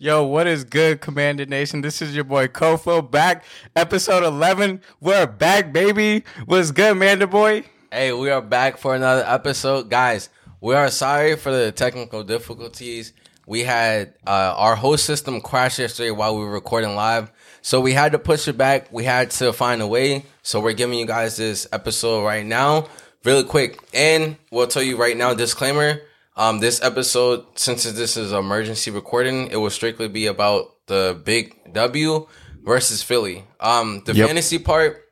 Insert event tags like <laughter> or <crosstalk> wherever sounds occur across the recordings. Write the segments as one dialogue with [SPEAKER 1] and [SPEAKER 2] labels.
[SPEAKER 1] Yo, what is good, Commander Nation? This is your boy Kofo back, episode 11. We're back, baby. What's good, Manda boy?
[SPEAKER 2] Hey, we are back for another episode, guys. We are sorry for the technical difficulties. We had uh, our whole system crash yesterday while we were recording live, so we had to push it back. We had to find a way, so we're giving you guys this episode right now, really quick. And we'll tell you right now, disclaimer: um, this episode, since this is emergency recording, it will strictly be about the Big W versus Philly. Um, the
[SPEAKER 1] Yep.
[SPEAKER 2] fantasy part,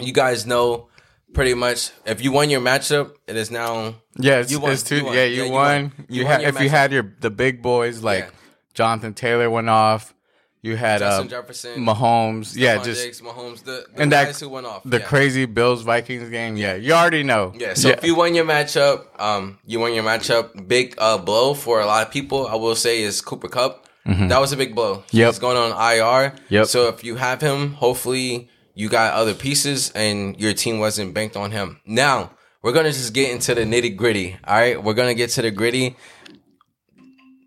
[SPEAKER 2] you guys know pretty much. If you won your matchup, it is now
[SPEAKER 1] Yeah, it's,
[SPEAKER 2] You won,
[SPEAKER 1] it's two.
[SPEAKER 2] you won.
[SPEAKER 1] Yeah, you,
[SPEAKER 2] Yeah, you
[SPEAKER 1] won.
[SPEAKER 2] won.
[SPEAKER 1] You,
[SPEAKER 2] You won
[SPEAKER 1] had
[SPEAKER 2] your
[SPEAKER 1] if you
[SPEAKER 2] matchup.
[SPEAKER 1] had your the big boys like
[SPEAKER 2] Yeah.
[SPEAKER 1] Jonathan Taylor went off. You had
[SPEAKER 2] Justin
[SPEAKER 1] uh,
[SPEAKER 2] Jefferson,
[SPEAKER 1] Mahomes. yeah,
[SPEAKER 2] Stephon
[SPEAKER 1] just
[SPEAKER 2] Diggs, Mahomes, the, the
[SPEAKER 1] and that
[SPEAKER 2] guys who went off.
[SPEAKER 1] the
[SPEAKER 2] yeah.
[SPEAKER 1] crazy Bills Vikings game. Yeah, you already know.
[SPEAKER 2] Yeah, so if you won your matchup, um, you won your matchup. Big uh, blow for a lot of people, I will say, is Cooper Cup. That was a big blow.
[SPEAKER 1] Mm-hmm. Yep.
[SPEAKER 2] He's going on IR.
[SPEAKER 1] Yep.
[SPEAKER 2] So if you have him, hopefully you got other pieces and your team wasn't banked on him. Now, we're going to just get into the nitty gritty. All right, we're going to get to the gritty.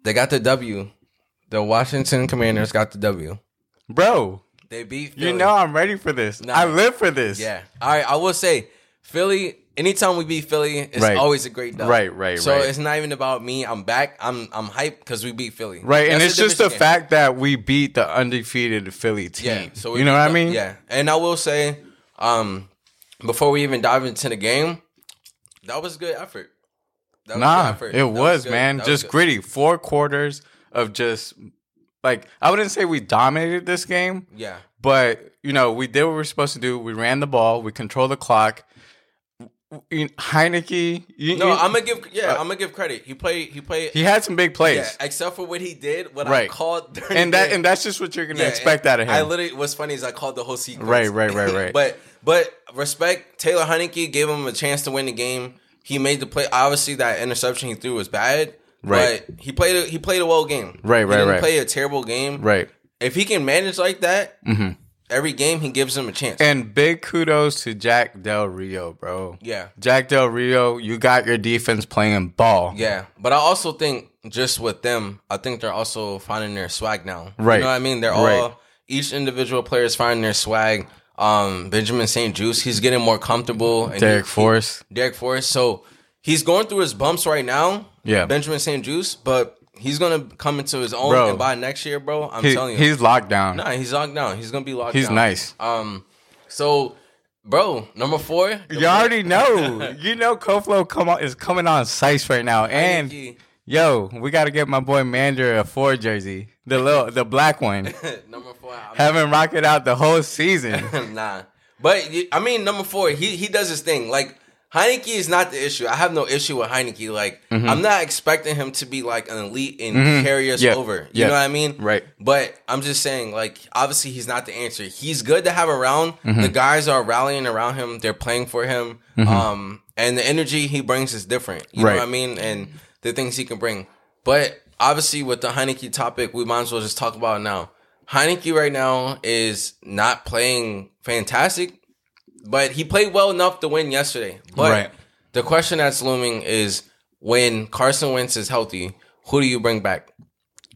[SPEAKER 2] They got the W. The Washington Commanders got the W.
[SPEAKER 1] bro,
[SPEAKER 2] They beat
[SPEAKER 1] you
[SPEAKER 2] Philly.
[SPEAKER 1] know I'm ready for this. I live for this.
[SPEAKER 2] Yeah. All right. I will say, Philly. Anytime we beat Philly, it's
[SPEAKER 1] Right.
[SPEAKER 2] always a great dub.
[SPEAKER 1] Right, right,
[SPEAKER 2] So
[SPEAKER 1] right.
[SPEAKER 2] it's not even about me. I'm back. I'm I'm hyped because we beat Philly.
[SPEAKER 1] Right, and
[SPEAKER 2] That's
[SPEAKER 1] it's just the
[SPEAKER 2] division game.
[SPEAKER 1] fact that we beat the undefeated Philly team.
[SPEAKER 2] Yeah. So we
[SPEAKER 1] you know
[SPEAKER 2] beat
[SPEAKER 1] what I
[SPEAKER 2] the-
[SPEAKER 1] mean?
[SPEAKER 2] Yeah. And I will say, um, before we even dive into the game, that was good effort. That was good
[SPEAKER 1] Nah,
[SPEAKER 2] effort. That
[SPEAKER 1] it was,
[SPEAKER 2] good.
[SPEAKER 1] man.
[SPEAKER 2] That was
[SPEAKER 1] just
[SPEAKER 2] good.
[SPEAKER 1] gritty. Four quarters of just like I wouldn't say we dominated this game,
[SPEAKER 2] Yeah.
[SPEAKER 1] but you know we did what we were supposed to do. We ran the ball. We controlled the clock. You- Heineke, you,
[SPEAKER 2] No,
[SPEAKER 1] you- uh,
[SPEAKER 2] I'm gonna give. Yeah, I'm gonna give credit. He played. He played.
[SPEAKER 1] he had some big plays,
[SPEAKER 2] yeah, except for what he did, what I
[SPEAKER 1] Right.
[SPEAKER 2] called <laughs> during
[SPEAKER 1] and
[SPEAKER 2] the
[SPEAKER 1] that
[SPEAKER 2] game.
[SPEAKER 1] and that's just what you're gonna
[SPEAKER 2] Yeah,
[SPEAKER 1] expect
[SPEAKER 2] and
[SPEAKER 1] out of him.
[SPEAKER 2] I literally what's funny is I called the whole sequence.
[SPEAKER 1] Right, right, right, right.
[SPEAKER 2] <laughs> but but respect Taylor Heineke gave him a chance to win the game. He made the play. Obviously, that interception he threw was bad.
[SPEAKER 1] Right.
[SPEAKER 2] But he played a, he played a well game.
[SPEAKER 1] Right, right,
[SPEAKER 2] he didn't
[SPEAKER 1] right.
[SPEAKER 2] Play a terrible game.
[SPEAKER 1] right. Mm-hmm.
[SPEAKER 2] If he can manage like that, every game he gives him a chance.
[SPEAKER 1] And big kudos to Jack Del Rio, bro.
[SPEAKER 2] yeah,
[SPEAKER 1] Jack Del Rio, you got your defense playing ball.
[SPEAKER 2] yeah. But I also think just with them, I think they're also finding their swag now.
[SPEAKER 1] Right.
[SPEAKER 2] You know what I mean? They're all
[SPEAKER 1] Right.
[SPEAKER 2] each individual player is finding their swag. Um, Benjamin St. Juice, he's getting more comfortable. And
[SPEAKER 1] Derek
[SPEAKER 2] he-
[SPEAKER 1] Force.
[SPEAKER 2] Derek Forrest. So he's going through his bumps right now.
[SPEAKER 1] Yeah.
[SPEAKER 2] Benjamin St. Juice, but he's gonna come into his own
[SPEAKER 1] Bro.
[SPEAKER 2] and by next year, bro. I'm
[SPEAKER 1] He-
[SPEAKER 2] telling you.
[SPEAKER 1] he's locked down.
[SPEAKER 2] nah, he's locked down. He's gonna be locked
[SPEAKER 1] He's
[SPEAKER 2] down.
[SPEAKER 1] nice.
[SPEAKER 2] Um so bro, number four.
[SPEAKER 1] You already know. you know Koflo come on is coming on sites right now. And
[SPEAKER 2] Heineke.
[SPEAKER 1] yo, we gotta get my boy Mander a four jersey. The little the black
[SPEAKER 2] <laughs>
[SPEAKER 1] one.
[SPEAKER 2] <laughs> number four. I'm-
[SPEAKER 1] Haven't rocket out the whole
[SPEAKER 2] <laughs>
[SPEAKER 1] season.
[SPEAKER 2] nah. But you- I mean, number four, he he does his thing. Like Heineke is not the issue. I have no issue with Heineke. Like
[SPEAKER 1] Mm-hmm.
[SPEAKER 2] I'm not expecting him to be like an elite and carry us
[SPEAKER 1] Yeah.
[SPEAKER 2] over. You
[SPEAKER 1] Yeah.
[SPEAKER 2] know what I mean?
[SPEAKER 1] Right.
[SPEAKER 2] But I'm just saying, like obviously he's not the answer. He's good to have around.
[SPEAKER 1] Mm-hmm.
[SPEAKER 2] The guys are rallying around him. They're playing for him. Um, and the energy he brings is different. You
[SPEAKER 1] Right.
[SPEAKER 2] know what I mean? And the things he can bring. But obviously, with the Heineke topic, we might as well just talk about it now. Heineke right now is not playing fantastic, but he played well enough to win yesterday. But
[SPEAKER 1] Right.
[SPEAKER 2] the question that's looming is when Carson Wentz is healthy, who do you bring back?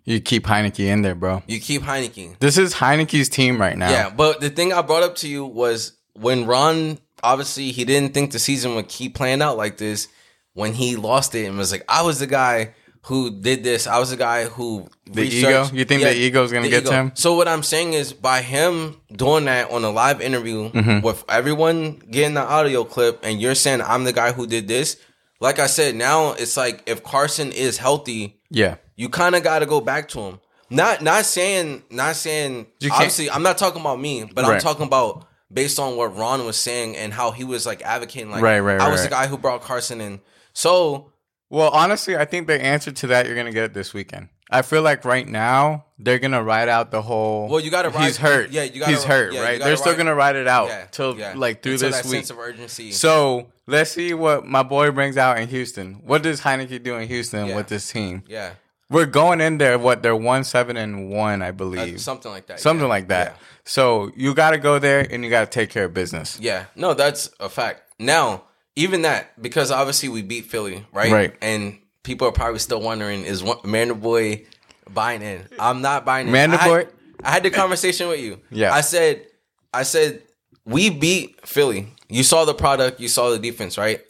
[SPEAKER 1] You keep Heineke in there, bro.
[SPEAKER 2] You keep Heineke.
[SPEAKER 1] This is Heineke's team right now.
[SPEAKER 2] Yeah, but the thing I brought up to you was when Ron obviously he didn't think the season would keep playing out like this when he lost it and was like, I was the guy who did this. I was the guy who
[SPEAKER 1] The ego? You think the ego's gonna get to him?
[SPEAKER 2] So what I'm saying is by him doing that on a live interview
[SPEAKER 1] Mm-hmm.
[SPEAKER 2] with everyone getting the audio clip and you're saying I'm the guy who did this, like I said, now it's like if Carson is healthy,
[SPEAKER 1] Yeah.
[SPEAKER 2] you kind of got to go back to him. Not not saying not saying
[SPEAKER 1] You can't-
[SPEAKER 2] obviously I'm not talking about me, but I'm
[SPEAKER 1] Right.
[SPEAKER 2] talking about based on what Ron was saying and how he was like advocating like
[SPEAKER 1] Right, right,
[SPEAKER 2] I was
[SPEAKER 1] right.
[SPEAKER 2] the guy who brought Carson in. So,
[SPEAKER 1] Well, honestly, I think the answer to that you're gonna get it this weekend. I feel like right now they're gonna ride out the whole.
[SPEAKER 2] Well, you gotta
[SPEAKER 1] He's
[SPEAKER 2] ride-
[SPEAKER 1] hurt.
[SPEAKER 2] yeah, you gotta-
[SPEAKER 1] He's hurt,
[SPEAKER 2] yeah, you
[SPEAKER 1] right?
[SPEAKER 2] gotta
[SPEAKER 1] They're still
[SPEAKER 2] ride-
[SPEAKER 1] gonna ride it out
[SPEAKER 2] yeah,
[SPEAKER 1] till
[SPEAKER 2] yeah.
[SPEAKER 1] like through
[SPEAKER 2] Until
[SPEAKER 1] this
[SPEAKER 2] that
[SPEAKER 1] week.
[SPEAKER 2] sense of urgency.
[SPEAKER 1] So let's see what my boy brings out in Houston. What does Heineke do in Houston
[SPEAKER 2] Yeah.
[SPEAKER 1] with this team?
[SPEAKER 2] yeah,
[SPEAKER 1] We're going in there. What they're one seven and one, I believe,
[SPEAKER 2] something like that.
[SPEAKER 1] something
[SPEAKER 2] yeah.
[SPEAKER 1] like that. So you got to go there and you got to take care of business.
[SPEAKER 2] Yeah. No, that's a fact. Now, even that because obviously we beat Philly, right?
[SPEAKER 1] Right.
[SPEAKER 2] And people are probably still wondering is one, Amanda Boy buying in. I'm not buying in.
[SPEAKER 1] Manafort?
[SPEAKER 2] I, I had the conversation with you.
[SPEAKER 1] Yeah.
[SPEAKER 2] I said, I said, we beat Philly. You saw the product. You saw the defense, right?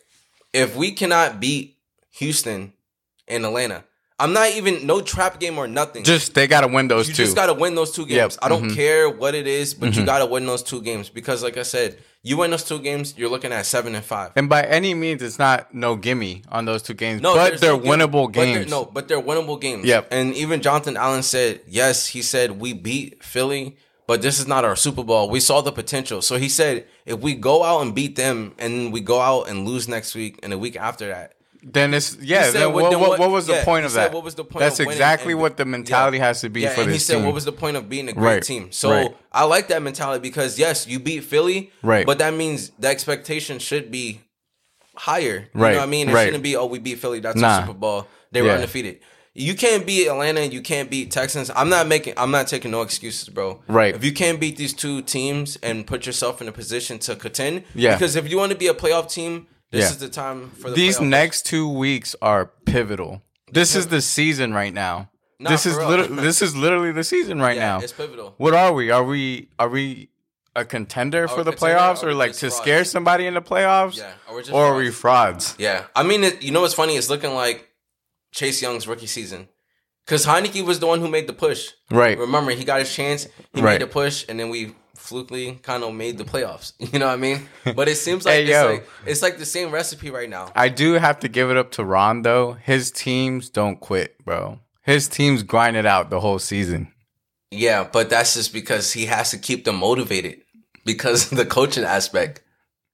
[SPEAKER 2] If we cannot beat Houston and Atlanta, I'm not even no trap game or nothing.
[SPEAKER 1] Just they got to win those
[SPEAKER 2] you
[SPEAKER 1] two.
[SPEAKER 2] just got to win those two games. I
[SPEAKER 1] Mm-hmm.
[SPEAKER 2] don't care what it is, but you got to win those two games because, like I said, you win those two games, you're looking at seven and five.
[SPEAKER 1] and by any means, it's not no gimme on those two games,
[SPEAKER 2] No,
[SPEAKER 1] but
[SPEAKER 2] there's
[SPEAKER 1] they're
[SPEAKER 2] no game.
[SPEAKER 1] winnable
[SPEAKER 2] But they're-
[SPEAKER 1] games.
[SPEAKER 2] no, but they're winnable games.
[SPEAKER 1] Yep.
[SPEAKER 2] And even Jonathan Allen said, yes, he said we beat Philly, but this is not our Super Bowl. We saw the potential. So he said, if we go out and beat them, and we go out and lose next week and the week after that,
[SPEAKER 1] Then it's yeah.
[SPEAKER 2] said,
[SPEAKER 1] Then
[SPEAKER 2] what-
[SPEAKER 1] what,
[SPEAKER 2] then
[SPEAKER 1] what,
[SPEAKER 2] what-
[SPEAKER 1] what was the
[SPEAKER 2] yeah,
[SPEAKER 1] point
[SPEAKER 2] he
[SPEAKER 1] of
[SPEAKER 2] said,
[SPEAKER 1] that?
[SPEAKER 2] what was the point
[SPEAKER 1] That's
[SPEAKER 2] of winning
[SPEAKER 1] exactly
[SPEAKER 2] and-
[SPEAKER 1] what the mentality
[SPEAKER 2] yeah.
[SPEAKER 1] has to be
[SPEAKER 2] yeah,
[SPEAKER 1] for
[SPEAKER 2] and
[SPEAKER 1] this
[SPEAKER 2] he said,
[SPEAKER 1] team.
[SPEAKER 2] what was the point of being a great
[SPEAKER 1] Right,
[SPEAKER 2] team? So
[SPEAKER 1] right.
[SPEAKER 2] I like that mentality because yes, you beat Philly,
[SPEAKER 1] Right.
[SPEAKER 2] But that means the expectation should be higher. You
[SPEAKER 1] Right,
[SPEAKER 2] know what I mean? It
[SPEAKER 1] right.
[SPEAKER 2] shouldn't be oh we beat Philly, that's
[SPEAKER 1] Nah.
[SPEAKER 2] our Super Bowl. They were
[SPEAKER 1] Yeah.
[SPEAKER 2] undefeated. You can't beat Atlanta and you can't beat Texans. I'm not making I'm not taking no excuses, bro.
[SPEAKER 1] Right.
[SPEAKER 2] If you can't beat these two teams and put yourself in a position to contend,
[SPEAKER 1] Yeah.
[SPEAKER 2] Because if you want to be a playoff team, this
[SPEAKER 1] Yeah.
[SPEAKER 2] is the time for the
[SPEAKER 1] These
[SPEAKER 2] playoff.
[SPEAKER 1] next two weeks are pivotal. This is the season right now.
[SPEAKER 2] Nah,
[SPEAKER 1] this
[SPEAKER 2] for
[SPEAKER 1] is
[SPEAKER 2] real.
[SPEAKER 1] literally this is literally the season right
[SPEAKER 2] yeah,
[SPEAKER 1] now.
[SPEAKER 2] it's pivotal.
[SPEAKER 1] What are we? Are we are we a contender for
[SPEAKER 2] we
[SPEAKER 1] the
[SPEAKER 2] contender
[SPEAKER 1] playoffs
[SPEAKER 2] or
[SPEAKER 1] or like
[SPEAKER 2] just
[SPEAKER 1] to
[SPEAKER 2] frauds?
[SPEAKER 1] scare somebody in the playoffs?
[SPEAKER 2] Yeah, or we're just
[SPEAKER 1] Or are we frauds?
[SPEAKER 2] Yeah, I mean, it, you know what's funny? It's looking like Chase Young's rookie season because Heineke was the one who made the push.
[SPEAKER 1] Right.
[SPEAKER 2] Remember, he got his chance, he
[SPEAKER 1] Right.
[SPEAKER 2] made the push, and then we flukely kind of made the playoffs. <laughs> You know what I mean? But it seems
[SPEAKER 1] <laughs>
[SPEAKER 2] like,
[SPEAKER 1] Hey,
[SPEAKER 2] it's,
[SPEAKER 1] yo.
[SPEAKER 2] like it's like the same recipe right now.
[SPEAKER 1] I do have to give it up to Ron though. His teams don't quit, bro. His teams grind it out the whole season.
[SPEAKER 2] Yeah, but that's just because he has to keep them motivated because of the coaching aspect.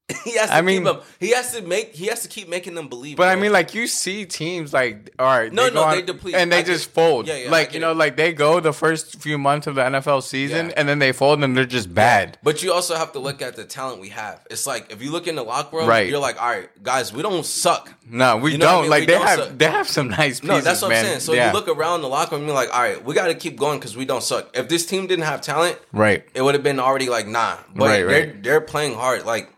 [SPEAKER 2] <laughs> He has to
[SPEAKER 1] I mean-
[SPEAKER 2] keep them. He has to make. He has to keep making them believe.
[SPEAKER 1] But I
[SPEAKER 2] bro.
[SPEAKER 1] mean, like you see teams like all right,
[SPEAKER 2] No,
[SPEAKER 1] they go
[SPEAKER 2] no,
[SPEAKER 1] on-
[SPEAKER 2] they deplete.
[SPEAKER 1] and they
[SPEAKER 2] I get
[SPEAKER 1] just
[SPEAKER 2] it.
[SPEAKER 1] fold.
[SPEAKER 2] Yeah, yeah, I
[SPEAKER 1] like
[SPEAKER 2] get
[SPEAKER 1] you know,
[SPEAKER 2] it.
[SPEAKER 1] like they go the first few months of the NFL season,
[SPEAKER 2] Yeah.
[SPEAKER 1] and then they fold, and they're just bad.
[SPEAKER 2] But you also have to look at the talent we have. It's like if you look in the locker room,
[SPEAKER 1] Right.
[SPEAKER 2] you're like, all right, guys, we don't suck.
[SPEAKER 1] No, we
[SPEAKER 2] You know what I
[SPEAKER 1] don't.
[SPEAKER 2] mean?
[SPEAKER 1] Like
[SPEAKER 2] We
[SPEAKER 1] they
[SPEAKER 2] don't
[SPEAKER 1] have
[SPEAKER 2] suck.
[SPEAKER 1] they have some nice pieces,
[SPEAKER 2] No, that's what
[SPEAKER 1] man.
[SPEAKER 2] I'm saying. So
[SPEAKER 1] yeah.
[SPEAKER 2] you look around the locker room, you're like, all right, we got to keep going because we don't suck. If this team didn't have talent,
[SPEAKER 1] right.
[SPEAKER 2] it would have been already like, nah. But
[SPEAKER 1] Right,
[SPEAKER 2] they're
[SPEAKER 1] right.
[SPEAKER 2] they're playing hard. Like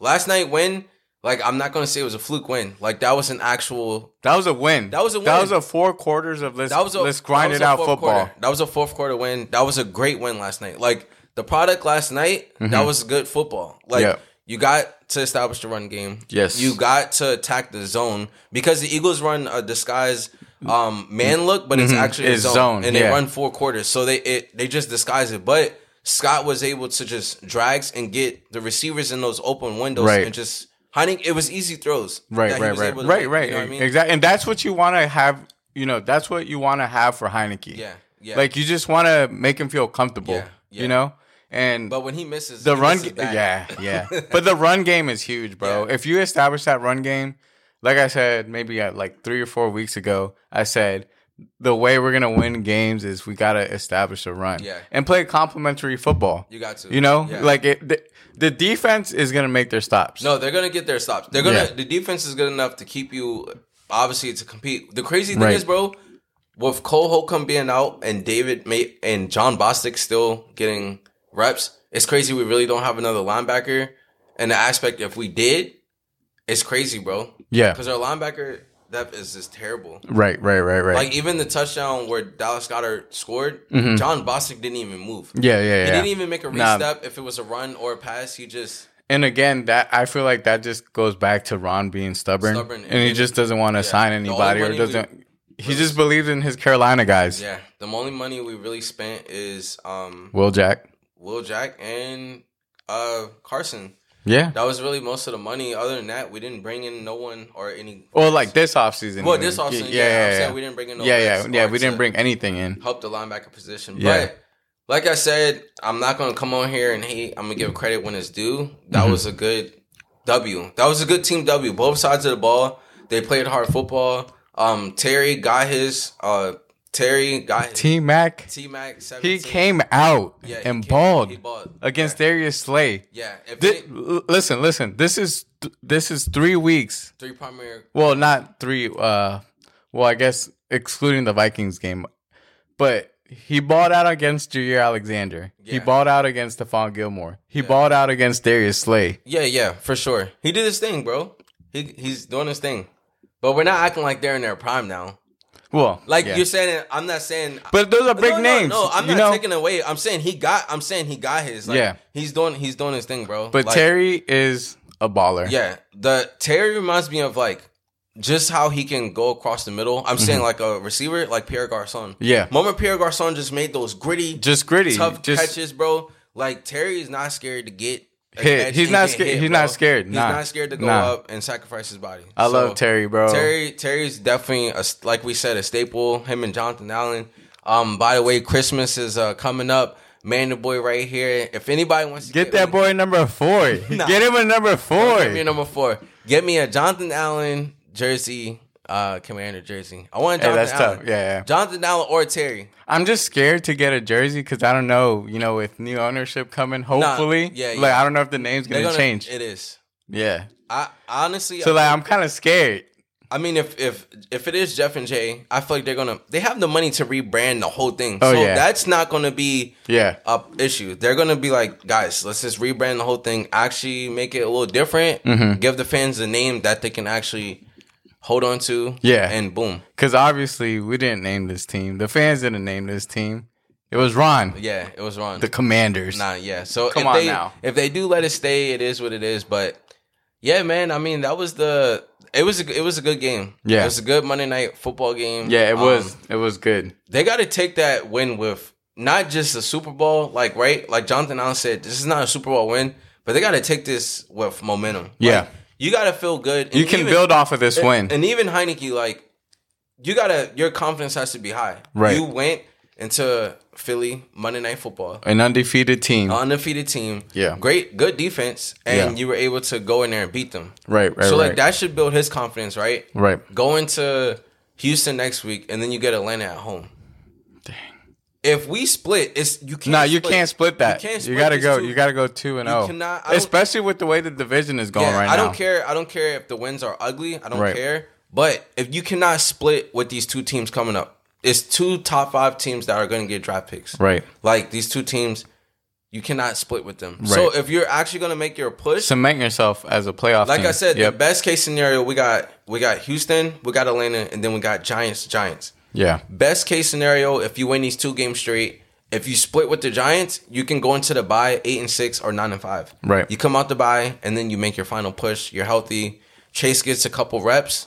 [SPEAKER 2] last night win, like I'm not gonna say it was a fluke win. Like that was an actual
[SPEAKER 1] That was a win.
[SPEAKER 2] That was a
[SPEAKER 1] That
[SPEAKER 2] win.
[SPEAKER 1] was a four quarters of let's
[SPEAKER 2] that was a
[SPEAKER 1] let's grind
[SPEAKER 2] that was
[SPEAKER 1] it
[SPEAKER 2] a
[SPEAKER 1] out
[SPEAKER 2] fourth
[SPEAKER 1] football.
[SPEAKER 2] quarter. That was a fourth quarter win. That was a great win last night. Like the product last night, that was good football. Like
[SPEAKER 1] Mm-hmm. Yeah.
[SPEAKER 2] you got to establish the run game.
[SPEAKER 1] Yes.
[SPEAKER 2] you got to attack the zone because the Eagles run a disguise um, man look, but it's actually a
[SPEAKER 1] Mm-hmm. It's
[SPEAKER 2] zone,
[SPEAKER 1] zone,
[SPEAKER 2] and they
[SPEAKER 1] yeah.
[SPEAKER 2] run four quarters, so they it they just disguise it, but. Scott was able to just drags and get the receivers in those open windows
[SPEAKER 1] Right.
[SPEAKER 2] and just hunting. It was easy throws.
[SPEAKER 1] Right,
[SPEAKER 2] that he
[SPEAKER 1] right,
[SPEAKER 2] was
[SPEAKER 1] right,
[SPEAKER 2] able to
[SPEAKER 1] right,
[SPEAKER 2] make,
[SPEAKER 1] right.
[SPEAKER 2] You know what I mean?
[SPEAKER 1] Exactly, and that's what you want to have. You know, that's what you want to have for Heineke.
[SPEAKER 2] Yeah, yeah.
[SPEAKER 1] Like you just want to make him feel comfortable.
[SPEAKER 2] Yeah, yeah.
[SPEAKER 1] You know, and
[SPEAKER 2] But when he misses,
[SPEAKER 1] the
[SPEAKER 2] he
[SPEAKER 1] run,
[SPEAKER 2] misses
[SPEAKER 1] ga-
[SPEAKER 2] bad.
[SPEAKER 1] yeah,
[SPEAKER 2] <laughs>
[SPEAKER 1] yeah. but the run game is huge, bro.
[SPEAKER 2] Yeah.
[SPEAKER 1] If you establish that run game, like I said, maybe at like three or four weeks ago, I said the way we're gonna win games is we gotta establish a run,
[SPEAKER 2] Yeah.
[SPEAKER 1] and play complementary football.
[SPEAKER 2] You got to.
[SPEAKER 1] you know,
[SPEAKER 2] Yeah.
[SPEAKER 1] like it. The, the defense is gonna make their stops.
[SPEAKER 2] No, they're gonna get their stops. They're gonna.
[SPEAKER 1] Yeah.
[SPEAKER 2] The defense is good enough to keep you, obviously, to compete. The crazy thing
[SPEAKER 1] Right.
[SPEAKER 2] is, bro, with Cole Holcomb being out and David May and John Bostic still getting reps, it's crazy. We really don't have another linebacker. And the aspect, if we did, it's crazy, bro.
[SPEAKER 1] yeah,
[SPEAKER 2] Because our linebacker depth is just terrible.
[SPEAKER 1] right, right, right, right.
[SPEAKER 2] Like even the touchdown where Dallas Goddard scored, John Bostic didn't even move.
[SPEAKER 1] yeah, yeah,
[SPEAKER 2] He
[SPEAKER 1] yeah.
[SPEAKER 2] didn't even make a reach
[SPEAKER 1] Nah.
[SPEAKER 2] step. If it was a run or a pass, he just
[SPEAKER 1] And again, that I feel like that just goes back to Ron being stubborn,
[SPEAKER 2] Stubborn
[SPEAKER 1] and he
[SPEAKER 2] and-
[SPEAKER 1] just doesn't want to sign
[SPEAKER 2] The only
[SPEAKER 1] anybody
[SPEAKER 2] one
[SPEAKER 1] or
[SPEAKER 2] he
[SPEAKER 1] doesn't. He just believes in his Carolina guys.
[SPEAKER 2] Yeah, the only money we really spent is um
[SPEAKER 1] Will Jack.
[SPEAKER 2] Will Jack and uh Carson.
[SPEAKER 1] Yeah.
[SPEAKER 2] That was really most of the money. Other than that, we didn't bring in no one or any.
[SPEAKER 1] Well, like this offseason.
[SPEAKER 2] Well,
[SPEAKER 1] you
[SPEAKER 2] this
[SPEAKER 1] mean.
[SPEAKER 2] offseason, yeah, I'm saying we didn't bring in no
[SPEAKER 1] yeah, yeah,
[SPEAKER 2] vets
[SPEAKER 1] yeah.
[SPEAKER 2] or
[SPEAKER 1] We
[SPEAKER 2] to
[SPEAKER 1] didn't bring anything in.
[SPEAKER 2] help the linebacker position.
[SPEAKER 1] Yeah.
[SPEAKER 2] But like I said, I'm not gonna come on here and hate. I'm gonna give credit when it's due. That
[SPEAKER 1] Mm-hmm.
[SPEAKER 2] was a good W. That was a good team W. Both sides of the ball. They played hard football. Um, Terry got his. Uh, Terry got his.
[SPEAKER 1] T Mac,
[SPEAKER 2] T Mac.
[SPEAKER 1] he came out
[SPEAKER 2] Yeah, he
[SPEAKER 1] and
[SPEAKER 2] came-
[SPEAKER 1] balled
[SPEAKER 2] he balled.
[SPEAKER 1] against
[SPEAKER 2] Yeah.
[SPEAKER 1] Darius Slay.
[SPEAKER 2] Yeah, if
[SPEAKER 1] Thi-
[SPEAKER 2] it-
[SPEAKER 1] l- listen, listen. This is th- this is three weeks
[SPEAKER 2] three primary.
[SPEAKER 1] Well, not three. Uh, well, I guess excluding the Vikings game, but he balled out against Jair Alexander. He
[SPEAKER 2] Yeah.
[SPEAKER 1] balled out against Stephon Gilmore. He balled out against Darius Slay.
[SPEAKER 2] Yeah, yeah, for sure. He did his thing, bro. He he's doing his thing, but we're not acting like they're in their prime now.
[SPEAKER 1] Well,
[SPEAKER 2] Like
[SPEAKER 1] yeah.
[SPEAKER 2] you're saying, I'm not saying.
[SPEAKER 1] But those are big
[SPEAKER 2] no, no,
[SPEAKER 1] names.
[SPEAKER 2] No, I'm
[SPEAKER 1] you
[SPEAKER 2] not
[SPEAKER 1] know?
[SPEAKER 2] taking away. I'm saying he got. I'm saying he got his. Like,
[SPEAKER 1] Yeah.
[SPEAKER 2] he's doing. He's doing his thing, bro.
[SPEAKER 1] But
[SPEAKER 2] Like,
[SPEAKER 1] Terry is a baller.
[SPEAKER 2] Yeah, the Terry reminds me of like just how he can go across the middle. I'm saying like a receiver, like Pierre Garcon.
[SPEAKER 1] Mm-hmm. Yeah.
[SPEAKER 2] moment Pierre Garcon just made those gritty,
[SPEAKER 1] Just gritty.
[SPEAKER 2] tough
[SPEAKER 1] just
[SPEAKER 2] catches, bro. Like Terry is not scared to get a
[SPEAKER 1] Hit.
[SPEAKER 2] catch
[SPEAKER 1] He's
[SPEAKER 2] and
[SPEAKER 1] not
[SPEAKER 2] get
[SPEAKER 1] sca- he's not
[SPEAKER 2] bro.
[SPEAKER 1] scared.
[SPEAKER 2] He's
[SPEAKER 1] Nah.
[SPEAKER 2] not scared to go
[SPEAKER 1] Nah.
[SPEAKER 2] up and sacrifice his body.
[SPEAKER 1] I love
[SPEAKER 2] So,
[SPEAKER 1] Terry, bro.
[SPEAKER 2] Terry Terry's definitely a, like we said a staple. Him and Jonathan Allen. Um, by the way, Christmas is uh, coming up. Man, the boy right here. If anybody wants to
[SPEAKER 1] Get that boy number four.
[SPEAKER 2] <laughs> Nah.
[SPEAKER 1] Get him a number
[SPEAKER 2] Give me a
[SPEAKER 1] four.
[SPEAKER 2] number four. Get me a Jonathan Allen jersey, uh, Commander jersey. I want a
[SPEAKER 1] Hey,
[SPEAKER 2] Jonathan
[SPEAKER 1] that's
[SPEAKER 2] Allen.
[SPEAKER 1] tough. Yeah, yeah.
[SPEAKER 2] Jonathan Allen or Terry.
[SPEAKER 1] I'm just scared to get a jersey because I don't know. You know, with new ownership coming, hopefully,
[SPEAKER 2] yeah,
[SPEAKER 1] like
[SPEAKER 2] yeah.
[SPEAKER 1] I don't know if the name's
[SPEAKER 2] They're
[SPEAKER 1] gonna, change.
[SPEAKER 2] It is.
[SPEAKER 1] yeah.
[SPEAKER 2] I honestly.
[SPEAKER 1] So like, I'm kind of scared.
[SPEAKER 2] I mean, if if if it is Jeff and Jay, I feel like they're gonna. They have the money to rebrand the whole thing.
[SPEAKER 1] Oh,
[SPEAKER 2] so
[SPEAKER 1] yeah.
[SPEAKER 2] that's not gonna be
[SPEAKER 1] Yeah.
[SPEAKER 2] a issue. They're gonna be like, guys, let's just rebrand the whole thing. Actually, make it a little different.
[SPEAKER 1] Mm-hmm.
[SPEAKER 2] Give the fans a name that they can actually hold on to.
[SPEAKER 1] Yeah.
[SPEAKER 2] and boom.
[SPEAKER 1] Because obviously we didn't name this team. The fans didn't name this team. It was Ron,
[SPEAKER 2] Yeah, it was wrong.
[SPEAKER 1] the Commanders.
[SPEAKER 2] Nah, yeah. So
[SPEAKER 1] Come
[SPEAKER 2] if
[SPEAKER 1] on
[SPEAKER 2] they,
[SPEAKER 1] now.
[SPEAKER 2] if they do let it stay, it is what it is. But yeah, man. I mean, that was the it was a, it was a good game.
[SPEAKER 1] Yeah.
[SPEAKER 2] it was a good Monday night football game.
[SPEAKER 1] Yeah, it
[SPEAKER 2] Um,
[SPEAKER 1] was. it was good.
[SPEAKER 2] they got to take that win with not just the Super Bowl, like right, like Jonathan Allen said, this is not a Super Bowl win, but they got to take this with momentum. Like,
[SPEAKER 1] Yeah.
[SPEAKER 2] you got to feel good.
[SPEAKER 1] You
[SPEAKER 2] And
[SPEAKER 1] can
[SPEAKER 2] even-
[SPEAKER 1] build off of this win.
[SPEAKER 2] and even Heineke, like you gotta, your confidence has to be high.
[SPEAKER 1] Right.
[SPEAKER 2] You went into Philly Monday Night Football
[SPEAKER 1] An undefeated team.
[SPEAKER 2] undefeated team.
[SPEAKER 1] Yeah.
[SPEAKER 2] Great, good defense. And
[SPEAKER 1] Yeah.
[SPEAKER 2] you were able to go in there and beat them.
[SPEAKER 1] right, right,
[SPEAKER 2] so,
[SPEAKER 1] right.
[SPEAKER 2] like, that should build his confidence, right?
[SPEAKER 1] right.
[SPEAKER 2] Go into Houston next week, and then you get Atlanta at home. Dang. If we split, it's you can't.
[SPEAKER 1] No, you
[SPEAKER 2] split.
[SPEAKER 1] can't split that. You,
[SPEAKER 2] can't split
[SPEAKER 1] gotta
[SPEAKER 2] these
[SPEAKER 1] go.
[SPEAKER 2] two.
[SPEAKER 1] You gotta go two and zero.
[SPEAKER 2] cannot- I don't-
[SPEAKER 1] Especially with the way the division is going
[SPEAKER 2] Yeah,
[SPEAKER 1] right
[SPEAKER 2] I
[SPEAKER 1] now.
[SPEAKER 2] don't care. I don't care if the wins are ugly. I don't
[SPEAKER 1] Right.
[SPEAKER 2] care. But if you cannot split with these two teams coming up, it's two top five teams that are going to get draft picks.
[SPEAKER 1] Right.
[SPEAKER 2] Like these two teams, you cannot split with them. So
[SPEAKER 1] Right.
[SPEAKER 2] if you're actually going to make your push,
[SPEAKER 1] Cement yourself as a playoff.
[SPEAKER 2] Like
[SPEAKER 1] team.
[SPEAKER 2] I said,
[SPEAKER 1] Yep.
[SPEAKER 2] the best case scenario we got we got Houston, we got Atlanta, and then we got Giants. Giants.
[SPEAKER 1] yeah.
[SPEAKER 2] Best case scenario, if you win these two games straight, if you split with the Giants, you can go into the bye eight and six or nine and five.
[SPEAKER 1] Right.
[SPEAKER 2] You come out the bye and then you make your final push. You're healthy. Chase gets a couple reps,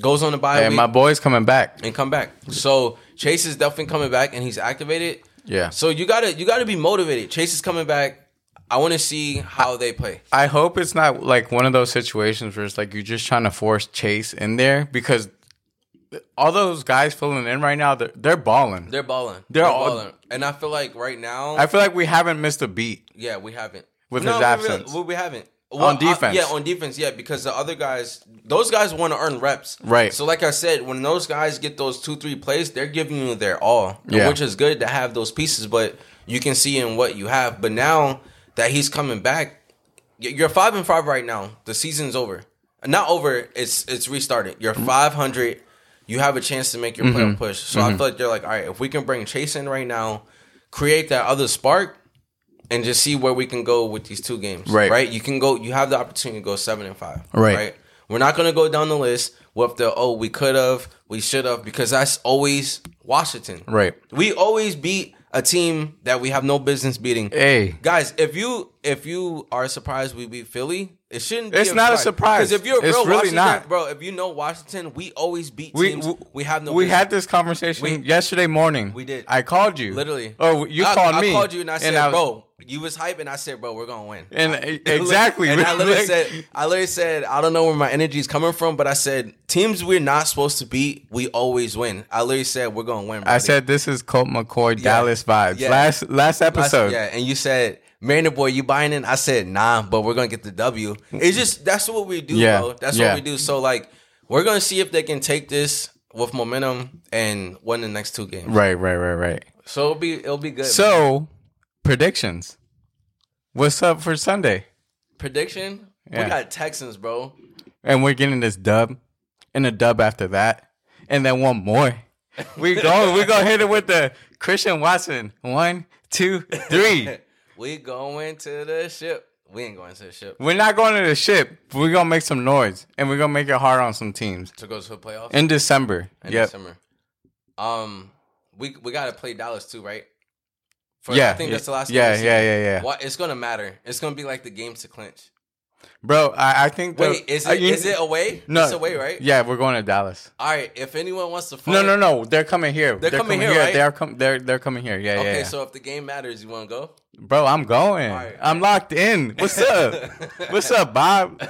[SPEAKER 2] goes on the bye
[SPEAKER 1] And
[SPEAKER 2] week,
[SPEAKER 1] my boy's coming back.
[SPEAKER 2] and come back. So Chase is definitely coming back and he's activated.
[SPEAKER 1] Yeah.
[SPEAKER 2] So you gotta you gotta be motivated. Chase is coming back. I want to see how they play.
[SPEAKER 1] I hope it's not like one of those situations where it's like you're just trying to force Chase in there because all those guys filling in right now, they're, they're balling.
[SPEAKER 2] They're balling.
[SPEAKER 1] They're
[SPEAKER 2] They're,
[SPEAKER 1] all-
[SPEAKER 2] balling. And I feel like right now,
[SPEAKER 1] I feel like we haven't missed a beat.
[SPEAKER 2] yeah, we haven't
[SPEAKER 1] With
[SPEAKER 2] No,
[SPEAKER 1] his
[SPEAKER 2] we really-
[SPEAKER 1] absence.
[SPEAKER 2] we, we haven't Well,
[SPEAKER 1] On
[SPEAKER 2] I-
[SPEAKER 1] defense.
[SPEAKER 2] yeah, on defense, yeah, because the other guys, those guys want to earn reps,
[SPEAKER 1] Right.
[SPEAKER 2] So, like I said, when those guys get those two, three plays, they're giving you their all,
[SPEAKER 1] Yeah.
[SPEAKER 2] which is good to have those pieces. But you can see in what you have. But now that he's coming back, y- you're five and five right now. The season's over. Not over. It's it's restarted. You're
[SPEAKER 1] Mm-hmm.
[SPEAKER 2] five hundred. You have a chance to make your playoff push. So
[SPEAKER 1] Mm-hmm.
[SPEAKER 2] I feel like they're like, all right, if we can bring Chase in right now, create that other spark, and just see where we can go with these two games.
[SPEAKER 1] Right.
[SPEAKER 2] Right. You can go. You have the opportunity to go seven and five.
[SPEAKER 1] Right.
[SPEAKER 2] We're not gonna go down the list with the oh we could have we should have because that's always Washington.
[SPEAKER 1] Right.
[SPEAKER 2] We always beat a team that we have no business beating
[SPEAKER 1] Hey.
[SPEAKER 2] guys if you if you are surprised we beat philly it shouldn't be
[SPEAKER 1] It's not a surprise.
[SPEAKER 2] because if you're a
[SPEAKER 1] It's
[SPEAKER 2] real
[SPEAKER 1] really
[SPEAKER 2] washington,
[SPEAKER 1] not.
[SPEAKER 2] bro if you know washington we always beat
[SPEAKER 1] We-
[SPEAKER 2] teams
[SPEAKER 1] we-
[SPEAKER 2] we, have no
[SPEAKER 1] we
[SPEAKER 2] business.
[SPEAKER 1] had this conversation
[SPEAKER 2] We-
[SPEAKER 1] yesterday morning.
[SPEAKER 2] We did.
[SPEAKER 1] I called you.
[SPEAKER 2] literally
[SPEAKER 1] Oh, you
[SPEAKER 2] I,
[SPEAKER 1] called
[SPEAKER 2] I
[SPEAKER 1] me.
[SPEAKER 2] called you and i said
[SPEAKER 1] was-
[SPEAKER 2] bro you was hype and i said bro we're gonna win <laughs>
[SPEAKER 1] And <laughs> e- exactly.
[SPEAKER 2] and I literally
[SPEAKER 1] Like-
[SPEAKER 2] said, I literally said, I don't know where my energy is coming from, but I said, teams we're not supposed to beat, we always win. I literally said, we're gonna win.
[SPEAKER 1] I
[SPEAKER 2] brother.
[SPEAKER 1] said this is Colt McCoy Dallas vibes.
[SPEAKER 2] Yeah.
[SPEAKER 1] Last last
[SPEAKER 2] I
[SPEAKER 1] episode.
[SPEAKER 2] said, yeah, and you said, Mariner boy, you buying in? I said, nah, but we're gonna get the W. It's just that's what we do,
[SPEAKER 1] Yeah,
[SPEAKER 2] bro. That's
[SPEAKER 1] yeah.
[SPEAKER 2] what we do. So like, we're gonna see if they can take this with momentum and win the next two games.
[SPEAKER 1] Right, right, right, right.
[SPEAKER 2] So it'll be it'll be good. man.
[SPEAKER 1] So predictions. What's up for Sunday?
[SPEAKER 2] prediction,
[SPEAKER 1] Yeah.
[SPEAKER 2] we got Texans, bro.
[SPEAKER 1] And we're getting this dub. And a dub after that. And then one more. We go we go hit it with the Christian Watson. One, two, three.
[SPEAKER 2] We going to the ship. We ain't going to the ship
[SPEAKER 1] We're not going to the ship. but We're gonna make some noise. And we're gonna make it hard on some teams.
[SPEAKER 2] to go to the playoffs
[SPEAKER 1] In December.
[SPEAKER 2] in
[SPEAKER 1] yep.
[SPEAKER 2] December. Um, we we gotta play Dallas too, right? For,
[SPEAKER 1] yeah,
[SPEAKER 2] I think that's the last. game
[SPEAKER 1] Yeah,
[SPEAKER 2] of the
[SPEAKER 1] yeah,
[SPEAKER 2] season.
[SPEAKER 1] yeah, yeah.
[SPEAKER 2] Why- it's gonna matter. It's gonna be like the game to clinch.
[SPEAKER 1] Bro, I, I think. the-
[SPEAKER 2] Wait, is
[SPEAKER 1] uh,
[SPEAKER 2] it
[SPEAKER 1] you-
[SPEAKER 2] is it away?
[SPEAKER 1] No.
[SPEAKER 2] it's away, right?
[SPEAKER 1] Yeah, we're going to Dallas.
[SPEAKER 2] All right. If anyone wants to, fight,
[SPEAKER 1] No, no, no. They're coming here.
[SPEAKER 2] They're coming here, right?
[SPEAKER 1] They are com- They're they're coming here. Yeah, yeah,
[SPEAKER 2] Okay,
[SPEAKER 1] yeah.
[SPEAKER 2] so if the game matters, you want to go?
[SPEAKER 1] Bro, I'm going.
[SPEAKER 2] Alright.
[SPEAKER 1] I'm locked in. What's
[SPEAKER 2] <laughs>
[SPEAKER 1] up? What's up, Bob?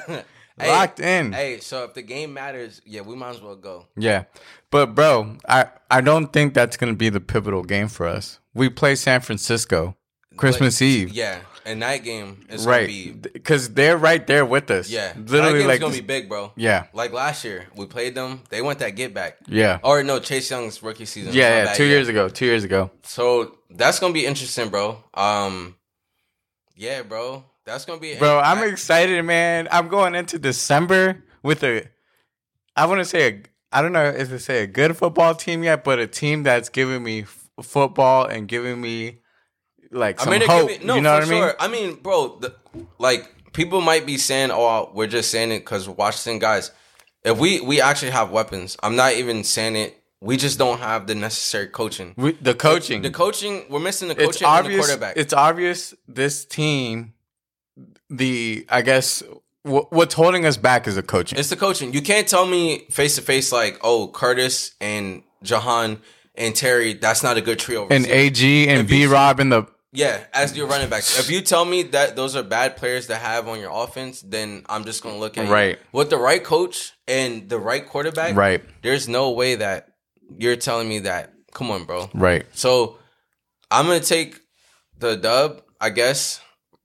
[SPEAKER 2] Hey,
[SPEAKER 1] locked in.
[SPEAKER 2] Hey, so if the game matters, yeah, we might as well go.
[SPEAKER 1] Yeah. But bro, I I don't think that's going to be the pivotal game for us. We play San Francisco Christmas Eve.
[SPEAKER 2] Yeah, and night game is gonna be
[SPEAKER 1] right. Cuz they're right there with us.
[SPEAKER 2] yeah,
[SPEAKER 1] Literally
[SPEAKER 2] night game's
[SPEAKER 1] like
[SPEAKER 2] gonna be big, bro.
[SPEAKER 1] Yeah.
[SPEAKER 2] Like last year, we played them. They went that get back.
[SPEAKER 1] Yeah.
[SPEAKER 2] Or no, Chase Young's rookie season. Oh, My
[SPEAKER 1] yeah, yeah,
[SPEAKER 2] bad,
[SPEAKER 1] 2 years ago, 2 years ago.
[SPEAKER 2] So that's gonna be interesting, bro. Um, yeah, bro. That's gonna be
[SPEAKER 1] Bro, I'm
[SPEAKER 2] I-
[SPEAKER 1] excited, man. I'm going into December with a I want to say a I don't know if to say a good football team yet, but a team that's giving me f- football and giving me like some
[SPEAKER 2] it could
[SPEAKER 1] hope.
[SPEAKER 2] be- no,
[SPEAKER 1] you know what
[SPEAKER 2] for
[SPEAKER 1] I mean?
[SPEAKER 2] sure. I mean, bro, the, like people might be saying, "Oh, we're just saying it because Washington guys." If we we actually have weapons, I'm not even saying it. We just don't have the necessary coaching.
[SPEAKER 1] We, the coaching,
[SPEAKER 2] The coaching, we're missing the coaching
[SPEAKER 1] it's
[SPEAKER 2] and the
[SPEAKER 1] obvious.
[SPEAKER 2] quarterback.
[SPEAKER 1] It's obvious this team, the I guess wh- what's holding us back is the coaching.
[SPEAKER 2] It's the coaching. You can't tell me face to face like, oh, Curtis and Jahan and Terry, that's not a good trio. of
[SPEAKER 1] and
[SPEAKER 2] receivers.
[SPEAKER 1] AG and
[SPEAKER 2] if you
[SPEAKER 1] B Rob and the
[SPEAKER 2] yeah, as your running back. If you tell me that those are bad players to have on your offense, then I'm just gonna look at you.
[SPEAKER 1] Right.
[SPEAKER 2] with the right coach and the right quarterback.
[SPEAKER 1] right,
[SPEAKER 2] There's no way that you're telling me that. Come on, bro.
[SPEAKER 1] right.
[SPEAKER 2] So I'm gonna take the dub, I guess.